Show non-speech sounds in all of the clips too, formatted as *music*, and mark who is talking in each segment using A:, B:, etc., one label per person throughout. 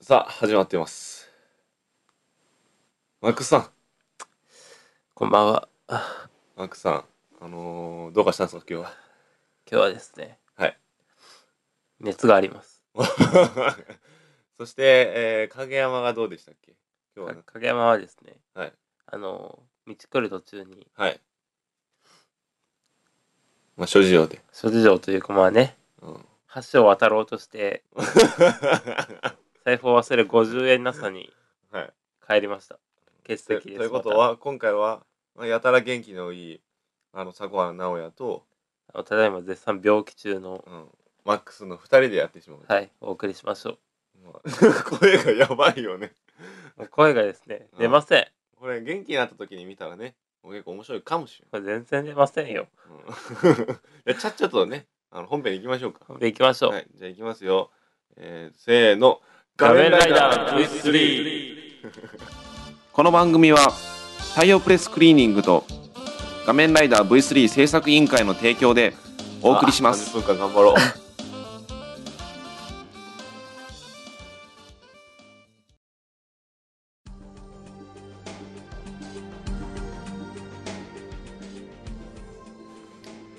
A: さあ、始まってます。マックスさん、
B: こんばんは。あ
A: マックスさん、あのーどうかしたんですか、今日は。
B: 今日はですね、
A: はい。
B: 熱があります。
A: *laughs* そして、えー影山がどうでしたっけ今日は
B: か影山はですね、
A: はい
B: あの、道来る途中に、
A: はい。まあ、諸事情
B: *laughs*
A: で。
B: 諸事情というかまあね、
A: うん。
B: 橋を渡ろうとして、
A: は
B: 財布を忘れ50円なさに
A: い。
B: 帰りました。欠
A: と
B: 席です。
A: いうこと
B: ま
A: は、今回は、まあ、やたら元気のいい、あの、迫原直也と、
B: た、あのただいま絶賛病気中の、
A: うん、マックスの二人でやってしまう。
B: はい、お送りしましょ
A: まあ *laughs* 声がやばいよね。
B: う。もう声がですね、出ません。
A: これ元気になった時に見たらね、もう結構面白いかもしれない。
B: これ全然出ませんよ。
A: うん *laughs* じゃあちゃっちゃとね、あの本編行きましょうか。
B: で、行きましょう。
A: はい、じゃあ行きますよ。えー、せーの。
B: 画面ライダー V3!
C: この番組は太陽プレスクリーニングと画面ライダー V3 制作委員会の提供でお送りします
A: 30分間頑張ろう。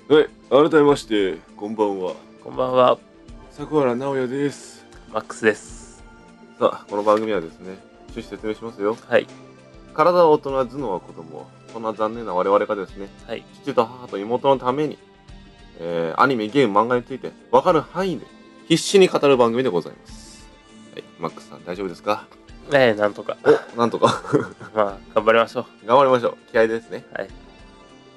A: はい、改めまして、こんばんは。
B: こんばんは、
A: 桜原直也です。
B: マックスです。
A: さあ、この番組はですね、趣旨説明しますよ。
B: はい、
A: 体は大人、頭脳は子供。そんな残念な我々がですね、
B: はい、
A: 父と母と妹のために、えーアニメ、ゲーム、漫画について分かる範囲で必死に語る番組でございます。はい、マックスさん大丈夫ですか
B: えー、なんとか。
A: お、なんとか。 *laughs*
B: まあ、頑張りましょう。
A: 頑張りましょう。気合ですね。
B: はい、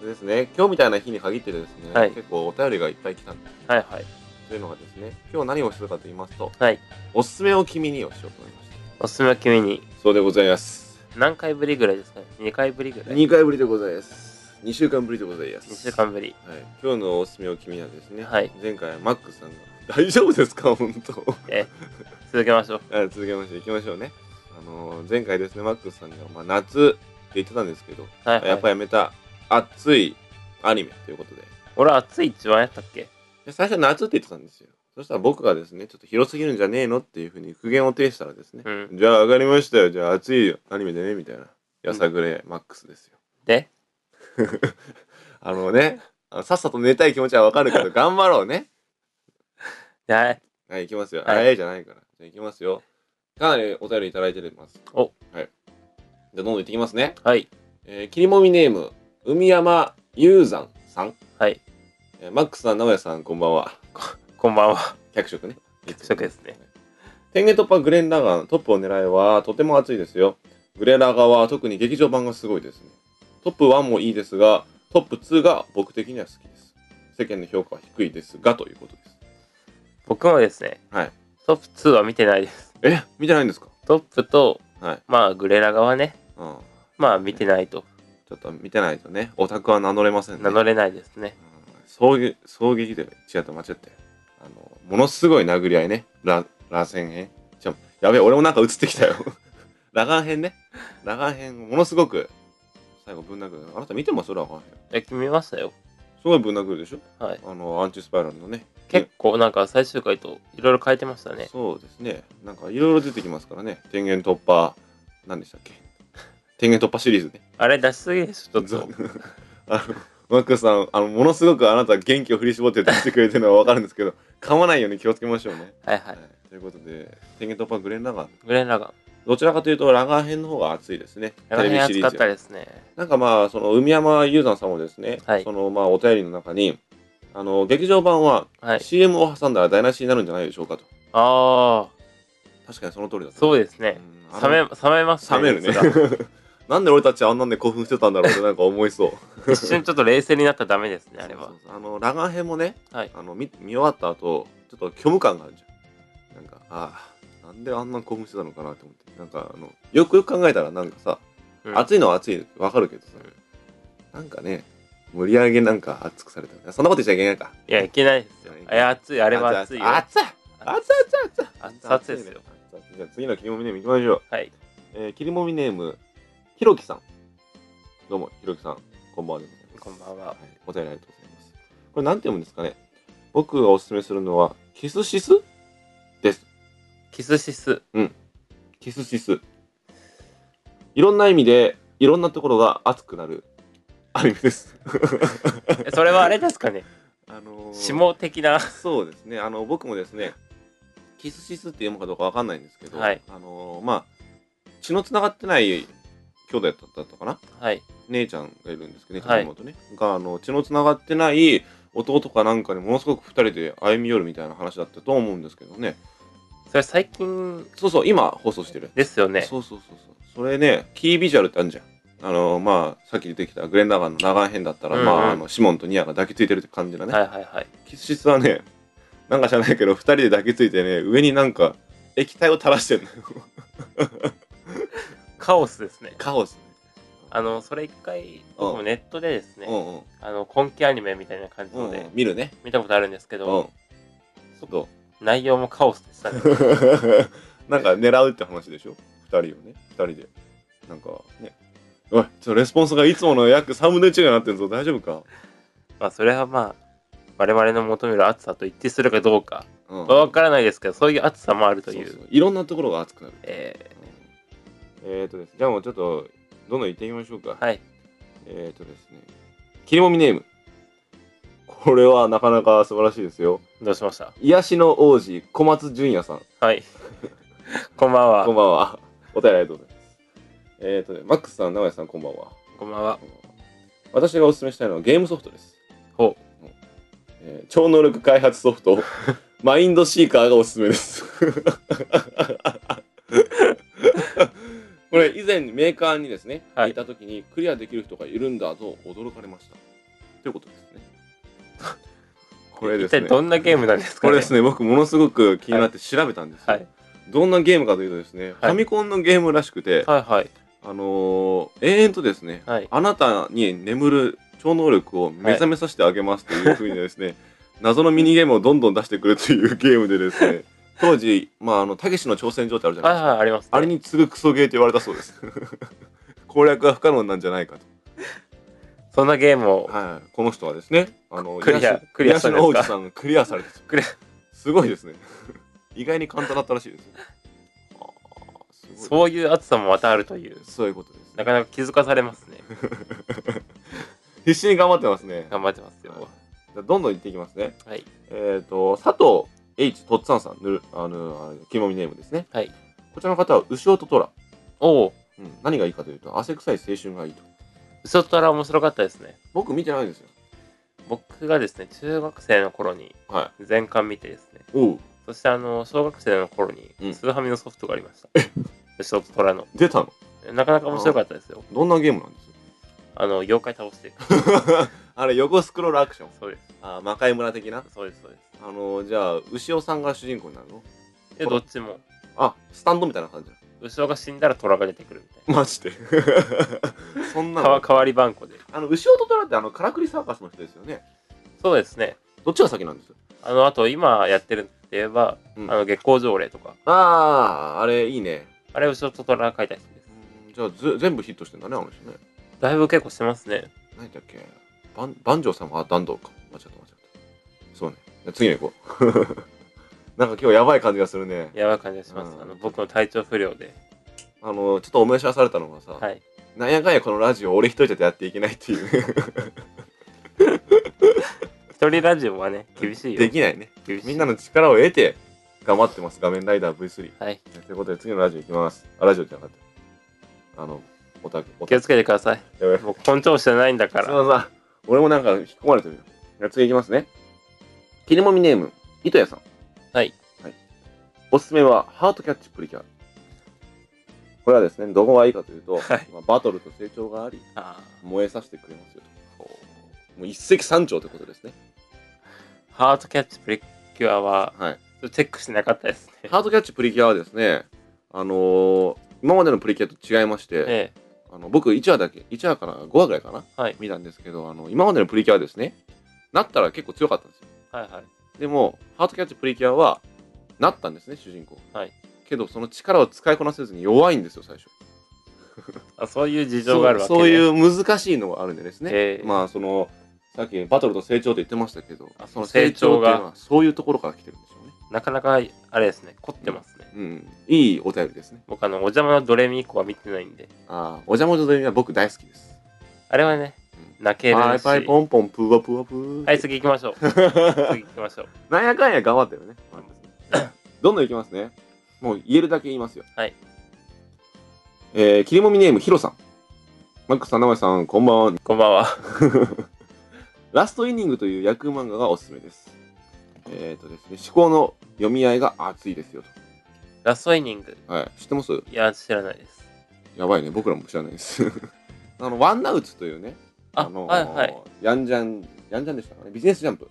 A: でですね、今日みたいな日に限ってですね、
B: はい
A: 結構お便りがいっぱい来たんです。
B: はい、はい、
A: というのがですね、今日何をするかと言いますと、
B: はい。
A: おすすめを君にをしようと思いまし
B: おすすめは君に、
A: た。そうでございます。
B: 何回ぶりぐらいですかね ?2 回ぶりぐらい。2
A: 二回ぶりでございます。2週間ぶりでございます。
B: 週間ぶり。
A: はい、今日のおすすめを君はですね、
B: はい
A: 前回マックスさんが「大丈夫ですか *laughs* 本当
B: えー、続けましょう。
A: はい」続けましていきましょうね、あのー前回ですねマックスさんが、まあ、夏って言ってたんですけど、
B: はい、はい。
A: やっぱ
B: り。
A: やめた熱いアニメということで
B: 俺、暑い一番やったっけ
A: で最初夏って言ってたんですよそしたら僕がですねちょっと広すぎるんじゃねえのっていうふうに苦言を呈したらですね
B: う、ん。
A: じゃあ上がりましたよじゃあ熱いアニメでねみたいなやさぐれマックスですよ
B: で、
A: *laughs* あのねあのさっさと寝たい気持ちはわかるけど頑張ろうね
B: はい、
A: はい、行きますよ。
B: はい
A: あえじゃないから。じゃあ行きますよ。かなりお便りいただいてます。
B: お
A: はい。じゃあどんどん行ってきますね。
B: はい、
A: えー、切りもみネーム、海山雄山さん。
B: はい。
A: えー、マックスさん、名古屋さん、こんばんは。
B: こんばんは。
A: 客色ね。
B: 客色ですね。
A: 天元突破グレンラガン、トップを狙えはとても熱いですよ。グレラガは特に劇場版がすごいですね。トップ1もいいですが、トップ2が僕的には好きです。世間の評価は低いですが、ということです。
B: 僕もですね、
A: はい。
B: トップ2は見てないです。
A: え、見てないんですか
B: トップと、
A: はい。
B: まあ、グレラ側ね、
A: うん。
B: まあ、見てないと
A: ちょっと見てないとね、オタクは名乗れませんね。
B: 名乗れないですね。
A: うん衝撃、衝撃で、違った、間違ったよあの、ものすごい殴り合いね。ラ、ラ戦編。ちょ、やべえ、俺もなんか映ってきたよ。 *laughs* ラガン編ね。ラガン編、ものすごく、最後ぶん殴る。あなた見てますラガン編。
B: え、決めましたよ。
A: すごいぶん殴るでしょ
B: はい。
A: あの、アンチスパイラルのね。
B: 結構、なんか、最終回といろいろ変えてましたね。
A: そうですね。なんか、いろいろ出てきますからね。天元突破、何でしたっけ天元突破シリーズね。
B: あれ、出しすぎでしょ、ち
A: そ
B: ょっ
A: う
B: と。
A: あのマックスさんあのものすごくあなた元気を振り絞って出してくれてるのは分かるんですけ
B: *laughs*
A: ど噛まないように気をつけましょうね。
B: はい、は
A: はい
B: い。、
A: ということで「天元突破グレンラガン
B: グレラが、」
A: どちらかというとラガン編の方が熱いですね
B: ラガ
A: テレ
B: 編
A: ビシリ
B: 熱か
A: ー
B: っ
A: ズ
B: た
A: より
B: ですね。
A: なんかまあその海山雄山さんもですね、
B: はい
A: そのまあお便りの中にあの劇場版は
B: はい。
A: CM を挟んだら台無しになるんじゃないでしょうかと
B: あ
A: 確かにその通りだ
B: あ、そうです
A: う
B: ね。
A: んあ
B: 冷
A: の
B: め、冷めます
A: 冷めるね
B: 熱が *laughs*
A: なんで俺たちあんなんで興奮してたんだろうってなんか思いそう *laughs*
B: 一瞬ちょっと冷静になったらダメですね、あれは
A: そう。そうそうあのラガン編もね、
B: はい
A: あの見見終わった後ちょっと虚無感があるじゃんなんかああなんであんな興奮してたのかなと思ってなんかあのよくよく考えたらなんかさ、
B: うん
A: 熱いのは熱いわかるけどさ、
B: うん
A: なんかね盛り上げなんか熱くされたそんなこと言っちゃいけないか
B: いや、いけないですよ。いや、熱い、あ
A: あ
B: れは熱いよ。
A: 熱い熱い熱い熱い
B: 熱々ですよ
A: 熱々じゃあ次の切りもみネームいきましょう、
B: はい。
A: えー、切りもみネームひろきさんどうもひろきさんこんばんはでございます
B: こんばんは
A: はい、お便りありがとうございます。これなんて読むんですかね僕がおすすめするのは、キスシスです。
B: キスシス。
A: うん。キスシス。いろんな意味で、いろんなところが熱くなるアニメです。
B: えそれはあれです
A: *laughs*
B: かね
A: あのー
B: 下的な
A: そうですね。あの、僕もですね、キスシスって読むかどうかわかんないんですけど、
B: はい
A: あのーまあ、血のつながってない兄弟だったかな
B: はい
A: 姉ちゃんがいるんですけどね、
B: はい
A: 妹ね。が、あの、血のつながってない弟かなんかにものすごく二人で歩み寄るみたいな話だったと思うんですけどね。
B: それ最近
A: そうそう、今放送してる。
B: ですよね
A: そうそうそうそう。それね、キービジュアルってあるじゃん。あのまあ、さっき出てきたグレン・ラガンの長編編だったら、
B: うんうん
A: まあ、あのシモンとニアが抱きついてるって感じだね、
B: はいはいはい
A: キスシスはねなんか知らないけど2人で抱きついてね上になんか液体を垂らしてるのよ
B: カオスですね
A: カオス
B: あのそれ一回僕もネットでです
A: ね
B: ね、
A: うんうん
B: あの今期アニメみたいな感じ
A: うん
B: の
A: うん、
B: で、
A: 見るね
B: 見たことあるんですけ
A: う
B: ど、
A: んど
B: 内容もカオスでしたね
A: う *laughs* なんか狙うって話でしょ2人をね2人でなんかねおいちょっとレスポンスがいつもの約3分の1ぐらいになってるぞ大丈夫か、
B: まあそれはまあ我々の求める暑さと一致するかどうか
A: うん
B: わからないですけどそういう暑さもあると
A: そう
B: いう
A: そういろんなところが熱くなる
B: え
A: えーとですね、じゃあもうちょっとどんどん行ってみましょうか。
B: ーはい
A: えーとですね、切りもみネーム。これはなかなか素晴らしいですよ。
B: どうしました
A: 癒しの王子、小松純也さん。
B: はい *laughs* こんばんは
A: こんばんは。お便りありがとうございます。えーとね、マックスさん、名古屋さん、こんばんは。
B: こんばんは
A: こんばんは私がお勧めしたいのはゲームソフトです。
B: ほう
A: えー超能力開発ソフ *laughs* トマインドシーカーがおすすめです *laughs* これ以前メーカーにですね、
B: はい
A: い、た時にクリアできる人がいるんだと驚かれましたということですね *laughs* これで
B: 一
A: す
B: 体
A: ね
B: どんなゲームなんですか
A: こ
B: ね
A: れですね僕ものすごく気になって調べたんですよ、
B: はい
A: どんなゲームかというとですね、ファミコンのゲームらしくて、
B: はいはい
A: あのー永遠とですね、
B: はい
A: あなたに眠る超能力を目覚めさせてあげますというふうにですね、謎のミニゲームをどんどん出してくるというゲームでです
B: *laughs*
A: ね、当時、まあ、あの、たけしの挑戦状ってあるじゃな
B: はいい
A: ですか。
B: はいありますね、
A: あれに次ぐクソゲーと言われたそうです。 *laughs* 攻略は不可能なんじゃないかと。
B: そんなゲームを
A: はい。この人はですね、あの、
B: クリア
A: 癒し
B: クリアしたん
A: 癒しの王
B: ですか
A: 子さんがクリアされたと
B: クリア
A: すごいですね。意外に簡単だったらしいですよ。あーすごい
B: *laughs* そういう暑さもまたあるという
A: そういうことです、
B: な
A: ね。
B: かなか気づかされますね
A: 必死に頑張ってますね。
B: 頑張ってます
A: はい
B: よ
A: じゃあどんどん行っていきますね。
B: はい
A: えっ、と、佐藤 H とっつぁんさん、ぬるあの、あのキモミネームですね。
B: はい
A: こちらの方は、牛尾と虎。
B: おお
A: うん、何がいいかというと、汗臭い青春がいいと。
B: 嘘トラ面白かったですね
A: 僕見てないんですよ。
B: 僕がですね中学生の頃に
A: は
B: 全巻見てですね
A: い。おう、
B: そしてあの小学生の頃
A: う
B: に
A: ん
B: スーハミのソフトがあ
A: *laughs*
B: りました、嘘と虎の
A: 出たの
B: なかなか面白かったですよ
A: どんなゲームなんです
B: あの妖怪倒していく
A: よ *laughs* あれ、横スクロールアクション。
B: そうです
A: あー、魔界村的な。
B: そうですそうで
A: あのじゃあ、牛尾さんが主人公になるの
B: すで
A: ほら
B: どっちも
A: あ、スタンドみたいな感じだ。
B: 後ろが死んだら虎が出てくるみたい
A: マジで。 *laughs* そんな
B: な
A: の
B: か。代わり番号で
A: あの、牛尾と虎って、あの、カラクリサーカスの人ですよね。
B: そうですね
A: どっちが先なんですよ
B: あのあと今やってるって言えば、
A: うん
B: あの月光条例とか
A: ああ、あれ、いいね。
B: あれ後ろと虎が書いた人です
A: うんじゃあず全部ヒットしてんだね、あの人ね。
B: だいぶ結構してますね
A: 何だっけバンバンジョー様は弾道か。間違った間違った。そうね。じゃあ次の行こう。 *laughs* なんか今日やばい感じがするね。
B: やばい感じがします、
A: うん
B: あの僕の体調不良で
A: あの、ちょっと思い知らされたのがさ、
B: はい
A: なんやかんやこのラジオ俺一人じゃやっていけないっていう。
B: 一人ラジオはね厳しいよ
A: できないね。
B: 厳しい
A: みんなの力を得て頑張ってます。画面ライダー V3。
B: はい
A: ということで次のラジオ行きます。あ、ラジオじゃなかった。あの、オタク、オ
B: 気
A: タ
B: を
A: ク。
B: つけてください
A: やべ
B: 僕本調子じゃないんだか
A: す
B: ら
A: いません。俺もなんか引っ込まれてるよ。じゃあ次いきますね。切りもみネーム、糸谷さん。
B: はい。
A: はい。おすすめは、ハートキャッチプリキュア。これはですね、どこがいいかというと、
B: はい
A: まあ、バトルと成長があり、
B: あ
A: 燃えさせてくれますよと。もう一石三鳥ということですね。
B: ーハートキャッチプリキュアは
A: はい。
B: ちょっとチェックしてなかったですね
A: ハートキャッチプリキュアはですね、あのー今までのプリキュアと違いまして、
B: *laughs* え
A: あの僕1話だけ1話から5話ぐらいかな、
B: はい
A: 見たんですけどあの今までのプリキュアはですねなったら結構強かったんですよ
B: えはいはい
A: でも、ハートキャッチプリキュアは、なったんですね、主人公。
B: はい。
A: けど、その力を使いこなせずに弱いんですよ、最初。
B: あそういう事情があるわけ
A: そうそう
B: う、
A: いう難しいのがあるんでですね。
B: ええ
A: まあ、その、さっきバトルと成長と言ってましたけど
B: あ、
A: その成長っていうのは、そういうところから来てるんでしょうね。
B: なかなかあれですね凝ってますね、
A: うん、いいお便りですね。
B: 僕あの、お邪魔のドレミ以降は見てないんで。
A: ああ、お邪魔女というは僕大好きです。
B: あれはね、泣けるし。
A: パイパイ
B: は
A: ポンポンプーワプーワプー。
B: い、次行きましょ *laughs* う。次行きましょう。
A: なんやかんや頑張ってるね。 *coughs* どんどんいきますね。もう言えるだけ言いますよ。
B: はい。
A: えー、切りもみネームヒロさん。マックさん、名前さん、こんばんは。
B: こんばんは。
A: ラストイニングというヤク漫画がおすすめです。えっ、ー、とですね、思考の読み合いが熱いですよ
B: ラストイニング。
A: と。はい。知ってます
B: いや、知らないです。
A: やばいね。僕らも知らないです。 *laughs* あの、ワンナウツというね、
B: あ、
A: の
B: はいはい。
A: ヤンジャン、ヤンジャンでしたかね。ビジネスジャンプ。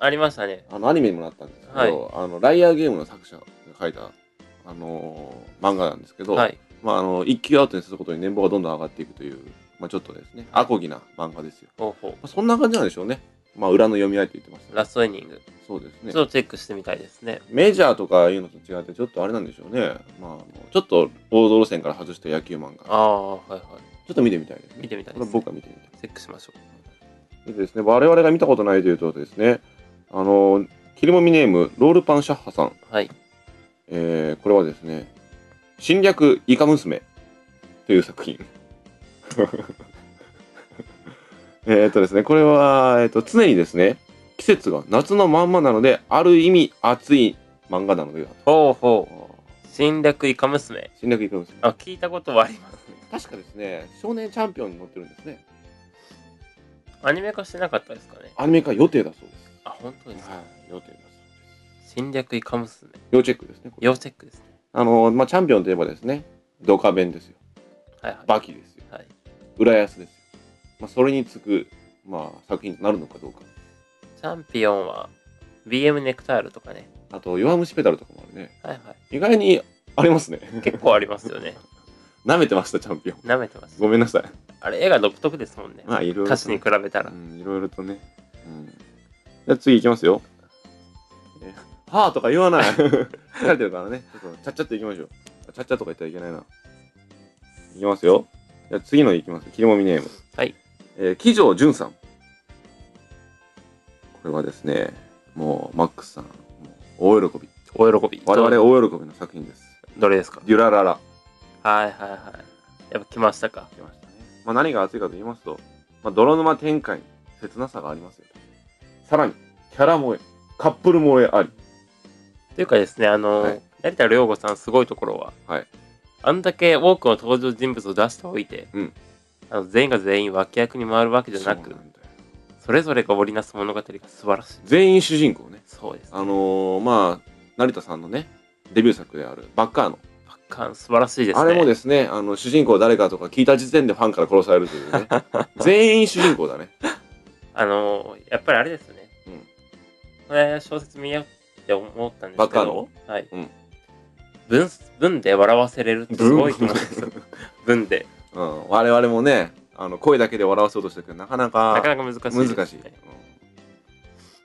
B: ありましたね。
A: あの、アニメにもなったんですけど、
B: はい
A: あの、ライアーゲームの作者が書いた、あのー漫画なんですけど、
B: はい。
A: まあ、あの、一級アウトにすることに年俸がどんどん上がっていくという、まあ、ちょっとですね、アコギな漫画ですよ。
B: ほうほ
A: まあ、そんな感じなんでしょうね。まあ、裏の読み合いと言ってました
B: う。
A: ね、
B: ラストイニング。
A: そうです
B: ちょ
A: ね
B: っ。とチェックしてみたいですね。
A: メジャーとかいうのと違って、ちょっとあれなんでしょうね。まああの、ちょっと王道路線から外した野球漫
B: あ
A: 画。
B: あ、はいはい。
A: ちょっと見てみたいですね。
B: 見てみたい
A: こ
B: で
A: れ
B: す、ね。
A: 僕は見てみたい。
B: チェックしましょ
A: でですね、我々が見たことないというとですね、あの、切りもみネーム、ロールパンシャッハさん。
B: う。はい。
A: えーこれはですね、侵略イカ娘という作品。 *laughs* えーっとですね、これは、えーっと、常にですね、季節が夏のまんまなので、ある意味熱い漫画なのでは
B: ほうほ
A: と。
B: う。侵略イカ娘。
A: 侵略イカ娘。
B: あ、聞いたことはあります。
A: 確かですね、少年チャンピオンに載ってるんですね。
B: アニメ化してなかったですかね。
A: アニメ化予定だそうです。
B: あ、本当ですか。
A: い、予定だそうです。
B: 侵略イカ娘。
A: 要チェックですね。これ
B: 要チェックですね。
A: あの、まあ、チャンピオンといえばですね、ドカベンですよ。
B: はいはい。
A: バキですよ。
B: はい。
A: 浦安ですよ。まあ、それにつく、まあ、作品になるのかどうか。
B: チャンピオンは BM ネクタールとかね。
A: あと、弱虫ペダルとかもあるね。
B: はいは
A: 意外にありますね。 *laughs*
B: い。結構ありますよね。
A: 舐めてました、チャンピオン。
B: 舐めてます
A: ご。めんなさい。
B: あれ、絵が独特ですもんね。
A: まあ、いろいろ
B: 歌
A: と
B: 詞に比べたら
A: う。ん、いろいろとね。うん。じゃあ次いきますよ。えはぁとか言わ *laughs* ない。疲れてるからね。ちょっと、ちゃっちゃっていきましょう。あちゃっちゃとか言ったらいけないな。いきますよ。じゃあ次のいきます。切りもみネーム。
B: はい。
A: えー、紀城淳さん。これはですね、もう、マックスさん、もう大喜び。
B: お喜び。
A: 我々
B: ど
A: 大喜びの作品です。
B: どれですか
A: デュラララ。
B: はいはいはい。やっぱ来ましたか。
A: 来ましたね。まあ、何が熱いかと言いますと、まあ、泥沼展開に切なさがありますよ。さらに、キャラ萌え、カップル萌えあり。
B: というかですね、あの、
A: はい
B: 成田凌吾さんすごいところは、
A: はい
B: あんだけ多くの登場人物を出しておいて、
A: うん
B: あの全員が全員脇役に回るわけじゃな
A: そう
B: く、
A: んだよ
B: それぞれが織りなす物語が素晴らしい。
A: 全員主人公ね。
B: そうです、
A: あのー、まあ、成田さんのね、デビュー作である、バッカーの。
B: パッカーン素晴らしいですね。。
A: あれもですすね、あの、主人公誰かとか聞いた時点でファンから殺されるという
B: *laughs*
A: ね。全員主人公だね。
B: あの、やっぱりあれですよね。
A: うん
B: これ小説見ようって思ったんですけど、
A: バッカーノ
B: はい。
A: うん
B: 文文で笑わせれるってすごいと思うんですよ。文で。
A: *laughs* うん。我々もね、あの、声だけで笑わそうとしたけど、なかなか
B: なかなか難しいですね、
A: 難しい。うん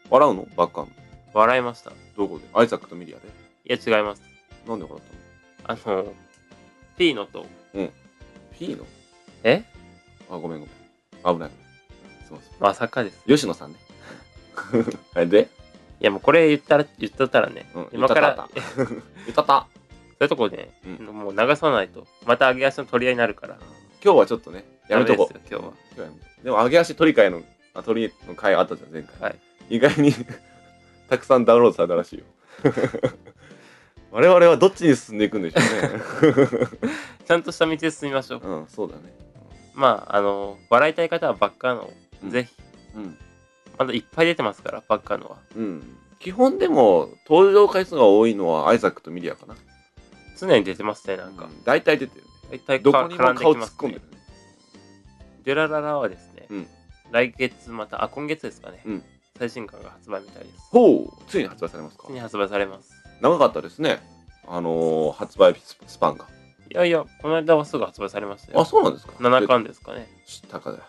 A: 笑うのバッカーの。
B: 笑いました。い
A: どこでアイザックとミリアで。
B: や、違います。
A: なんで笑ったの
B: あの、ピーノと、
A: P の
B: え
A: あ、ごめんごめん。危ない。そうそう。
B: まさかです。
A: 吉野さん
B: *laughs*
A: ね。はいで、
B: いや、もうこれ言ったら、言ったったらね、
A: うん
B: 今から、
A: 言
B: そう *laughs*
A: いたた。
B: いうとこで、ね
A: うん
B: もう流さないと、また揚げ足の取り合いになるから、
A: 今日はちょっとね、やめとこう
B: ダ。メですよ今日は。
A: 今日はやめとこうでも、揚げ足取り替えの、あ取りの会あったじゃん、前回。
B: はい。
A: 意外に、 *laughs* たくさんダウンロードされたらしいよ。
B: *laughs*
A: 我々はどっちに進んでいくんでしょ
B: *laughs*
A: うね。
B: ちゃんとした道で進みましょう。
A: うん、そうだね。
B: まあ、あの、笑いたい方はばっかの、
A: うん
B: ぜひ、
A: うん。
B: まだいっぱい出てますから、ばっかのは。
A: うん。基本でも、登場回数が多いのはアイザックとミリアかな。
B: 常に出てますね、な
A: なんん
B: か
A: か。、大体出てるね。
B: 大体
A: ど
B: か
A: こにも
B: 絡んで
A: 顔
B: き
A: 突
B: ま
A: っ
B: す
A: 込んで
B: ね
A: る。ね。
B: デュラララはですね、
A: うん
B: 来月また、あ、今月ですかね、
A: うん
B: 最新刊が発売みたいです。
A: ほう、ついに発売されますか
B: ついに発売されます。
A: 長かったですね。あのー発売ススパンが。
B: いやいや、この間はすぐ発売されましたよ。
A: あ、そうなんですか。
B: 7巻ですかね。
A: 知ったかだ。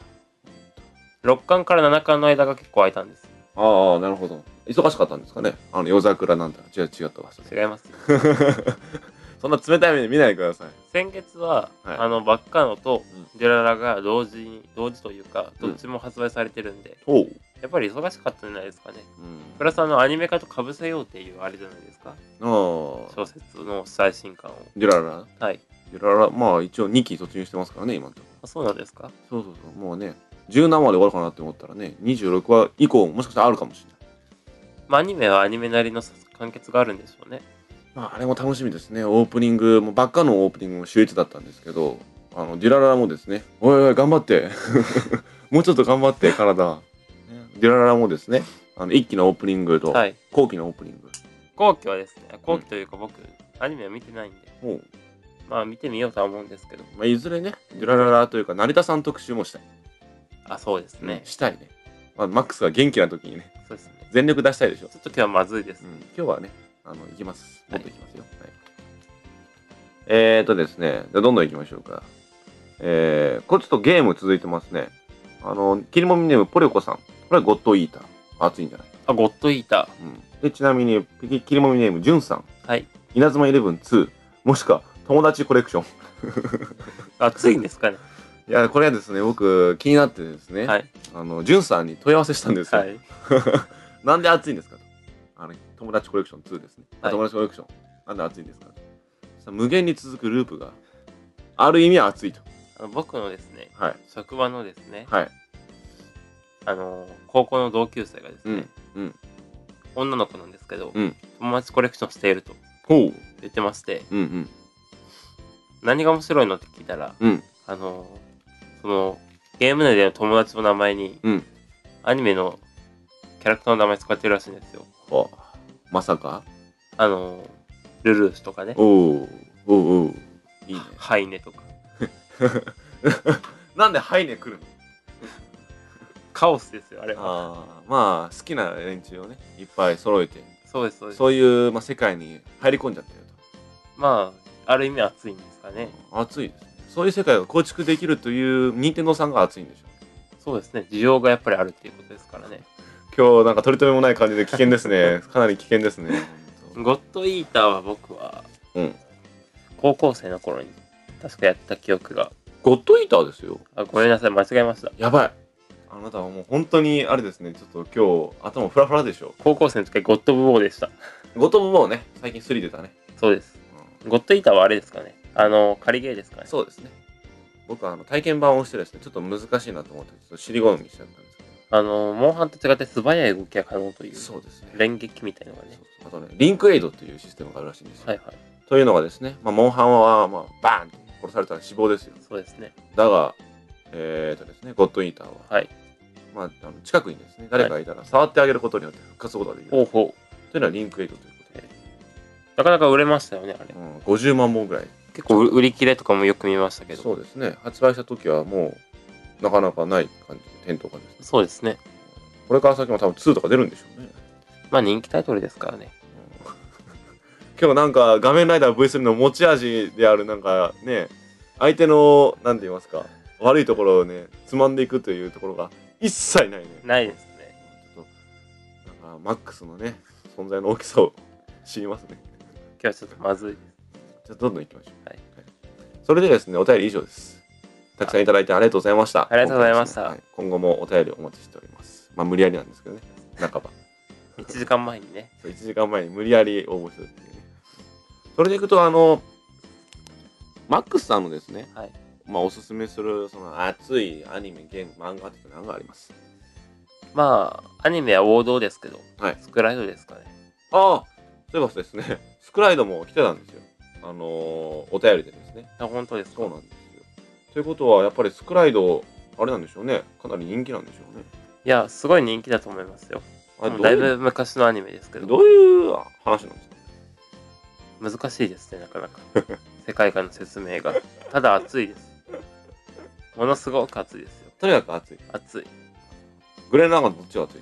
B: 6巻から7巻の間が結構空いたんです。
A: ああ、なるほど。忙しかったんですかね。あの、夜桜なんだ。違う、違ったわ。それ
B: 違
A: *laughs*
B: います。
A: そんな冷たい目で見ないでください。
B: 先月は、
A: はい
B: あの、バッカーノと
A: う
B: デュララが同時に、同時というか、どっちも発売さんでされてるんで、
A: ほう。
B: やっぱり忙しかったんじゃないですかね。
A: うん。
B: プラスあのアニメ化とかぶせようっていうあれじゃないですか。
A: ああ。
B: 小説の最新刊を。
A: デュララ
B: はい。
A: デュララ、まあ一応2期突入してますからね、今のとこ
B: あそうなんですか
A: ろ。そうそうそう。もうね、17話で終わるかなって思ったらね、26話以降もしかしたらあるかもしれない。
B: まあ、アニメはアニメなりの完結があるんでしょうね。
A: まああれも楽しみですね。オープニング、もばっかのオープニングも秀逸だったんですけど、あの、デュララもですね、おいおい頑張って、 *laughs* もうちょっと頑張って、体。デュララもですね、あの、1期のオープニングと、
B: はい。
A: 後期のオープニング。
B: 後期はですね、後期というか僕、アニメは見てないんで、
A: もう、
B: まあ見てみようとは思うんですけど、
A: まあ、いずれね、デュラララというか、成田さん特集もしたい。
B: あ、そうですね。
A: したいね。まあ、マックスが元気な時にね、
B: そうですね。
A: 全力出したいでしょ
B: ち。ょっと今日はまずいです
A: う。ん、今日はね、あの、行きます。も
B: は
A: っ
B: い
A: と行きますよ。はい。えーとですね、じゃあどんどん行きましょうか。えー、これちょっとゲーム続いてますね。あの、キリモミネームポリョコさん。これはゴッドイーター。熱いんじゃない
B: あ、ゴッドイータ
A: うん。で、ちなみに、ピキキリモミネームジュンさん。
B: ー。はい。
A: 稲妻イレブン2。もしくは、友達コレクション。
B: あ、ついんですかね。
A: いや、これはですね、僕、気になってですね、
B: はい。
A: あの、ジュンさんに問い合わせしたんですよ。
B: はい。
A: *laughs* なんで暑いんですかと。あの、友達コレクション2ですね。あ
B: はい
A: 友達コレクション。なんで暑いんですかとさ無限に続くループがある意味暑いと。
B: あの僕のですね、
A: はい。
B: 職場のですね、
A: はい。
B: あのー高校の同級生がですね、
A: うん
B: 女の子なんですけど、
A: うん
B: 友達コレクションしていると
A: ほう。
B: 言ってまして、
A: うんうん。
B: 何が面白いのって聞いたら、
A: うん
B: あのーそのゲーム内での友達の名前に、
A: うん
B: アニメのキャラクターの名前使ってるらしいんですよ。
A: ほう。まさか
B: あのールルーシュとかね、
A: おう。おうおう。いいね。
B: ハイネとか、
A: *laughs* なんでハイネ来るの
B: カオスですよ、あれは。
A: ああ、まあ、好きな連中をね、いっぱい揃えて、
B: そうです、そうです。
A: そういう、まあ、世界に入り込んじゃったよ
B: まあ、ある意味熱いんですか
A: と。
B: ね。
A: 暑いですね。そういう世界を構築できるという任天堂さんが暑いんでしょうね
B: そうですね、需要がやっぱりあるっていうことですからね。
A: 今日なんか取り留めもない感じで危険です *laughs* ねかなり危険ですね
B: ゴッドイーターは僕は、
A: うん
B: 高校生の頃に確かやった記憶が
A: ゴッドイーターですよ
B: あごめんなさい間違えました
A: やばいあなたはもう本当にあれですねちょっと今日頭フラフラでしょ
B: 高校生の時はゴッドブボーでした
A: ゴッドブボーね最近スリ出たね、
B: そうですゴッドイーターはあれですかねあの仮ゲーですかね
A: そうですね僕はあの体験版をしてですねちょっと難しいなと思ってちょっと尻込みしちゃったんですけ
B: あのモンハンと違って素早い動きが可能という
A: どそうですね
B: 連撃みたいのがね
A: そうそうあとねリンクエイドというシステムがあるらしいんですよ、
B: はいはい
A: というのがですね、まあ、モンハンは、まあ、バーンと殺されたら死亡ですよ
B: そうですね
A: だがえーとですねゴッドイーターは
B: はい
A: まあ、あの近くにですね、誰かがいたら触ってあげることによって復活することができる。
B: 方法
A: というのはリンクエイトということで、
B: なかなか売れましたよねあれ
A: うん、50万本ぐらい。
B: 結構売り切れとかもよく見ましたけど
A: そうですね、発売した時はもう、なかなかない感じで、店頭がですね。
B: そうですね
A: これから先も多分2とか出るんでしょうね。
B: まあ人気タイトルですからね
A: うん今日なんか、画面ライダー V3 の持ち味である、なんかね、相手の、なんて言いますか、悪いところをね、つまんでいくというところが一切ないね。
B: ないですね
A: ちょっと、なんか、マックスのね、存在の大きさを知りますね。
B: 今日はちょっとまずい
A: じゃあどんどん行きましょう、
B: はい
A: それでですねお便り以上ですたくさんいただいてありがとうございました
B: ありがとうございました
A: 今回ですねはい今後もお便りお待ちしておりますまあ無理やりなんですけどね半ば *laughs*
B: 1時間前にね
A: そう1時間前に無理やり応募するっていうねそれでいくとあのマックスさんのですね、
B: はい
A: まあ、おすすめするその熱いアニメゲーム漫画って何があります
B: まあアニメは王道ですけど、
A: はい
B: スクライドですかね
A: ああそういえばですね *laughs* スクライドも来てたんですよあのーお便りでですね
B: あ本当ですか
A: そうなんですよ。ということは、やっぱりスクライド、あれなんでしょうね。かなり人気なんでしょうね。
B: いやすごい人気だと思いますよ
A: あど
B: もう
A: う
B: だいぶ昔のアニメですけど
A: どういう話なんですか
B: 難しいですねなかな *laughs* か世界観の説明がただ熱いですものすごく熱いですよ
A: とにかく熱い。
B: 熱い
A: グレーナーガンどっちが熱い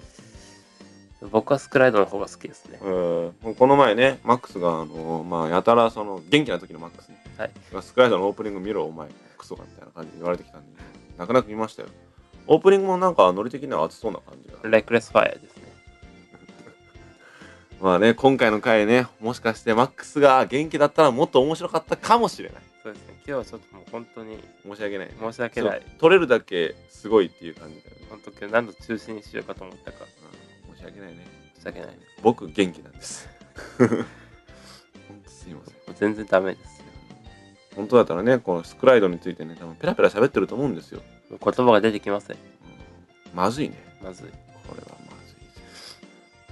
B: 僕はスクライドの方が好きですね
A: えーこの前ね、マックスが、あのーまあ、やたら、その、元気な時のマックスね。
B: はい
A: スクライドのオープニング見ろ、お前。クソか、みたいな感じで言われてきたんで、泣く泣く見ましたよ。オープニングもなんか、ノリ的には熱そうな感じが。
B: レックレスファイアですね
A: まあね、今回の回ね、もしかしてマックスが元気だったらもっと面白かったかもしれない。
B: そうですね。今日はちょっともう本当に
A: 申し訳ないね、
B: 申し訳ない
A: そう取れるだけすごいっていう感じだよね、
B: 本当今日何度中止にしようかと思ったか
A: うん、申し訳ないね
B: 申し訳ないです。
A: 僕元気なんです *laughs* ほんとすいません
B: もう全然ダメです。
A: 本当だったらねこのスクライドについてね多分ペラペラ喋ってると思うんですよ、
B: もう言葉が出てきません。
A: うんまずいね
B: まずい。
A: これはまずいです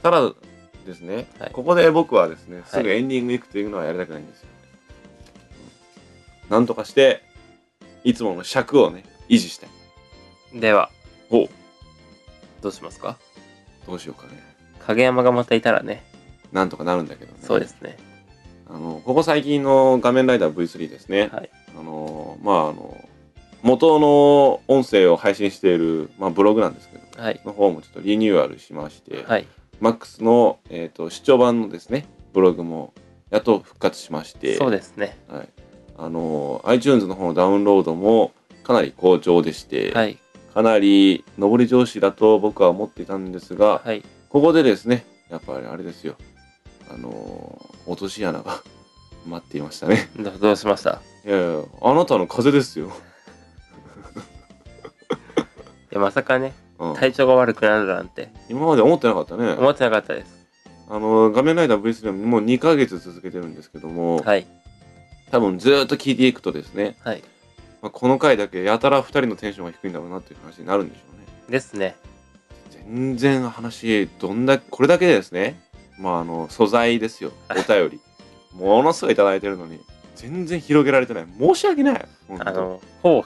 A: ただですね、
B: はい
A: ここで僕はですねすぐエンディングいくというのはやりたくないんですよ、うんなんとかしていつもの尺をね維持したい
B: では、
A: お
B: どうしますか
A: どうしようかね
B: 影山がまたいたらね、
A: なんとかなるんだけどね
B: そうですね。
A: あのここ最近の「画面ライダー V3」ですね、
B: はい。
A: あのまああの元の音声を配信している、まあ、ブログなんですけど
B: はい。
A: の方もちょっとリニューアルしまして、
B: はい。
A: マックスの、えー、と視聴版のですねブログもやっと復活しまして
B: そうですね。
A: はい、あの iTunes の方のダウンロードもかなり好調でして、
B: はい。
A: かなり上り調子だと僕は思っていたんですが、
B: はい。
A: ここでですねやっぱりあれですよあの落とし穴が *laughs* 待っていましたね
B: どどうしました
A: いやいやあなたの風邪ですよ、
B: いやまさかね、
A: うん
B: 体調が悪くなるなんて
A: 今まで思ってなかったね
B: 思ってなかったです。
A: あの画面ライダー V3 もう2ヶ月続けてるんですけども、
B: はい。
A: 多分ずーっと聞いていくとですね、
B: はい。
A: まあ、この回だけやたら2人のテンションが低いんだろうなっていう話になるんでしょうね
B: ですね。
A: 全然話どんだこれだけでですねまああの素材ですよお便
B: *laughs*
A: りものすごい頂いただいてるのに全然広げられてない申し訳ない本当
B: あの、ほう、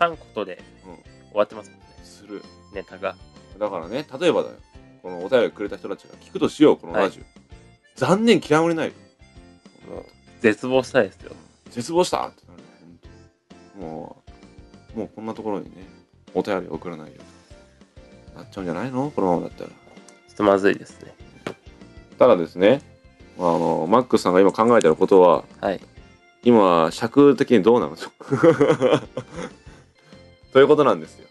B: 3ことで
A: うん
B: 終わってますもんね、
A: する
B: ネタが。
A: だからね例えばだよこのお便りくれた人たちが聞くとしようこのラジオ、残念極まりないよ
B: もう、絶望したいですよ。
A: 絶望したってなるね本当にもうもうこんなところにねお便り送らないよなっちゃうんじゃないのこのままだったら
B: ちょっとまずいですね。
A: ただですねまああのマックスさんが今考えてることは
B: はい。
A: 今尺的にどう *laughs* なのとということなんですよ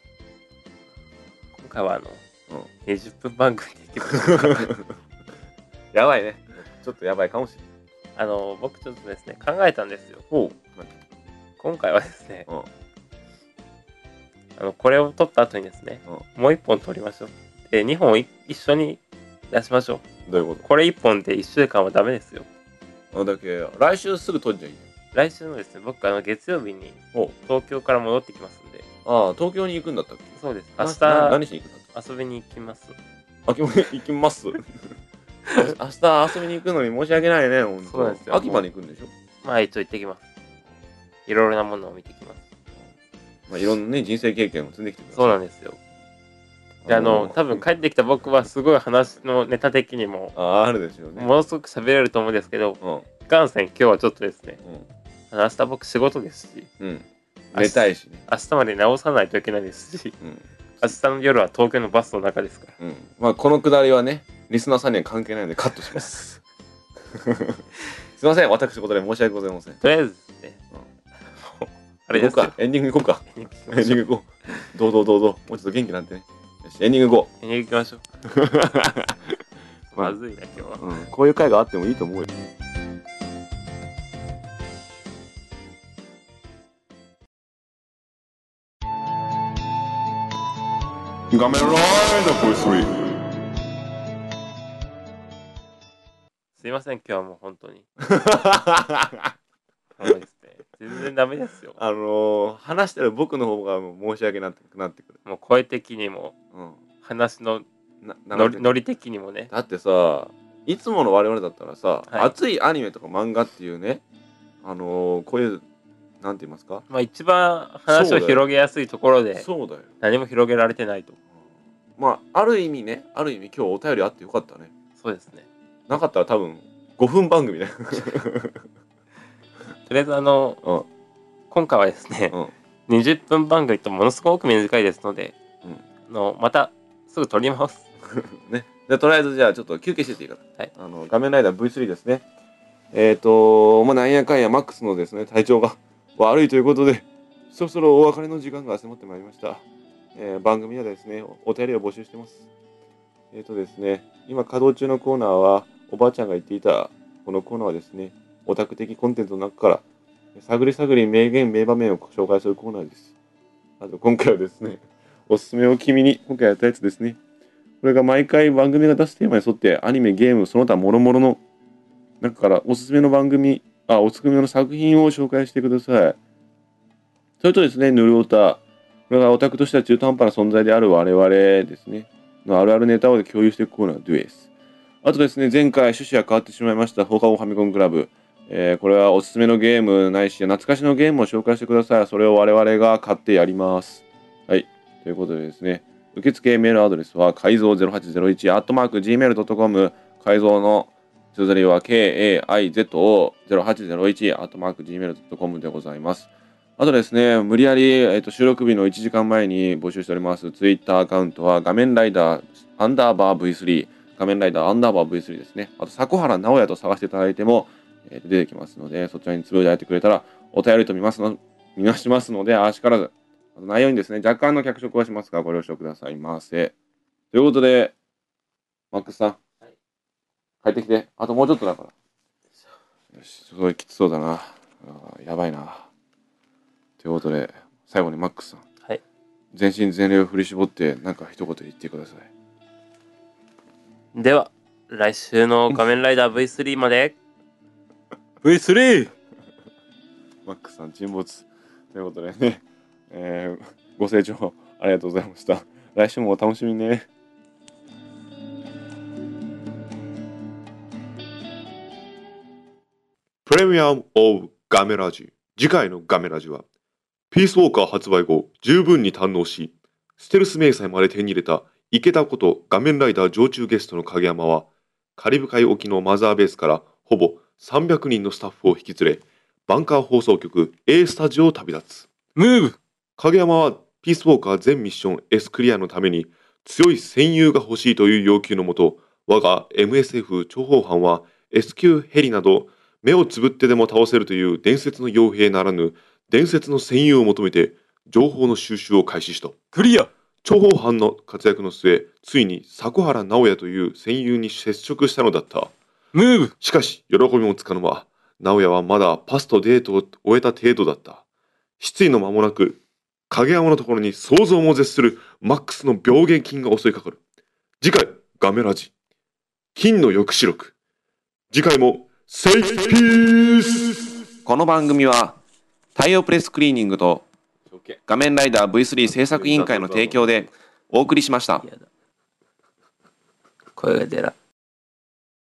B: 今回はあ
A: う
B: の、
A: ん
B: 20分番組でいきま
A: *laughs*
B: しょうか
A: やばいねちょっとやばいかもしれない
B: あの、僕ちょっとですね、考えたんですよ。
A: ほ
B: 今回はですね、
A: うん
B: あのこれを撮った後にですね、もう1本撮りましょう。で、2本い一緒に出しましょう。
A: うどういうこ
B: これ1本で1週間はダメですよ。
A: とあだけ来週すぐ撮んじゃいい
B: 来週のですね、僕、あの月曜日に
A: ほう
B: 東京から戻ってきますんで、
A: ああ東京に行くんだったっけ
B: そうです。
A: なな
B: 明
A: 何しに行くんだっ
B: 日遊びに行きます。
A: た秋まで行きます *laughs* 明日遊びに行くのに申し訳ないね本当
B: そうなんですよ
A: 秋まで行くんでしょ
B: まあ、一応行ってきます。いろいろなものを見てきます。
A: まあ、いろんなね人生経験を積んできてくださ
B: そ
A: いう
B: なんですよ。で、あの、多分帰ってきた僕はすごい話のネタ的にも、
A: あああるでしょうね
B: ものすごく喋れると思うんですけど、
A: うん
B: いかんせん今日はちょっとですね、
A: うん
B: あの明日僕仕事ですし、
A: うん寝たいしね
B: 明日まで直さないといけないですし、
A: うん
B: 明日の夜は東京のバスの中ですから。
A: うんまあこのくだりはねリスナーさんには関係ないのでカットします *laughs* すいません私事で申し訳ございません
B: とりあえずですね、
A: うん
B: もうあれです
A: 行こ
B: よ
A: うか。エンディング行こうか
B: エンデ *laughs* ィング行き
A: エン
B: ま
A: ディ
B: しょう
A: ング行こうどうどうどうどうもうちょっと元気なんてねよしエンディング行こ
B: エンディング行きましょう。 *laughs*
A: まあ
B: まずいな、今日は。
A: う、うん、こういう回があってもいいと思うよ
C: 画面ライダー V3
B: すいません、今日はもう本当に。あのですね、全然ダメですよ。
A: *laughs* あのー、話してる僕の方がもう申し訳なくなってくる、
B: もう声的にも、
A: う
B: 話の
A: ん、な長
B: ノリ
A: く
B: ノリ的にもね、
A: だってさいつもの我々だったらさ、
B: はい
A: 熱いアニメとか漫画っていうねあのー、こういうなんて言いますか
B: まあ一番話
A: そうだ
B: を
A: よ
B: 広げやすいところで、
A: そうだよ
B: 何も広げられてないと。
A: まあある意味ねある意味今日お便りあってよかったね
B: そうですね。
A: なかったら多分5分番組だよ
B: とりあえずあの、
A: うん
B: 今回はですね、20分番組とものすごく短いですので、
A: うん
B: あのまたすぐ撮ります。
A: ねでとりあえずじゃあちょっと休憩してていいから、
B: はい
A: あの画面ライダー V3 ですねえっ、ー、とまあなんやかんやマックスのですね体調が *laughs* 悪いということでそろそろお別れの時間が迫ってまいりました、えー番組ではですねおお便りを募集してますえっ、ー、とですね今稼働中のコーナーはおばあちゃんが言っていたこのコーナーはですねオタク的コンテンツの中から探り探り名言名場面を紹介するコーナーですあと今回はですねおすすめを君に今回やったやつですねこれが毎回番組が出すテーマに沿ってアニメゲームその他諸々の中からおすすめの番組あおすすめの作品を紹介してくださいそれとですねぬるおたこれがオタクとしては中途半端な存在である我々ですねのあるあるネタを共有していくコーナーですあとですね前回趣旨が変わってしまいました放課後ファミコンクラブえーこれはおすすめのゲームないし懐かしのゲームを紹介してくださいそれを我々が買ってやりますはいということでですね受付メールアドレスは改造0801アットマーク Gmail.com 改造の綴りは KAIZO0801 アットマーク Gmail.com でございますあとですね、無理やり、えっと収録日の1時間前に募集しております、ツイッターアカウントは、画面ライダーアンダーバー V3、画面ライダーアンダーバー V3 ですね。あと、迫原直也と探していただいても、えー出てきますので、そちらにつぶやいてくれたら、お便りと見ますの、見なしますので、あしからず、あと内容にですね、若干の脚色はしますが、ご了承くださいませ。ということで、マックスさん、
B: はい
A: 帰ってきて、あともうちょっとだから。よし、すごいきつそうだな。あーやばいな。ということで、最後にマックスさん、
B: はい
A: 全身全霊を振り絞って、なんか一言言ってください。
B: では、来週の仮面ライダー V3 まで。V3!
A: *laughs* マックスさん沈没ということでね、えーご清聴ありがとうございました。来週もお楽しみにね。
D: プレミアム・オブ・ガメラジ次回のガメラジはピースウォーカー発売後十分に堪能しステルス迷彩まで手に入れた池田こと画面ライダー常駐ゲストの影山はカリブ海沖のマザーベースからほぼ300人のスタッフを引き連れバンカー放送局 A スタジオを旅立つ
B: ムーブ
D: 影山はピースウォーカー全ミッション S クリアのために強い戦友が欲しいという要求のもと我が MSF 諜報班は S 級ヘリなど目をつぶってでも倒せるという伝説の傭兵ならぬ伝説の戦友を求めて情報の収集を開始した
B: クリア
D: 諜報班の活躍の末ついに迫原直也という戦友に接触したのだった
B: ムーブ
D: しかし、喜びもつかの間、直哉はまだパスとデートを終えた程度だった。失意の間もなく、影山のところに想像も絶するマックスの病原菌が襲いかかる。次回、ガメラジ。金の抑止力。次回も、セイフピース
C: この番組は太陽プレスクリーニングと画面ライダー V3 制作委員会の提供でお送りしました
B: やだ。声が出らん。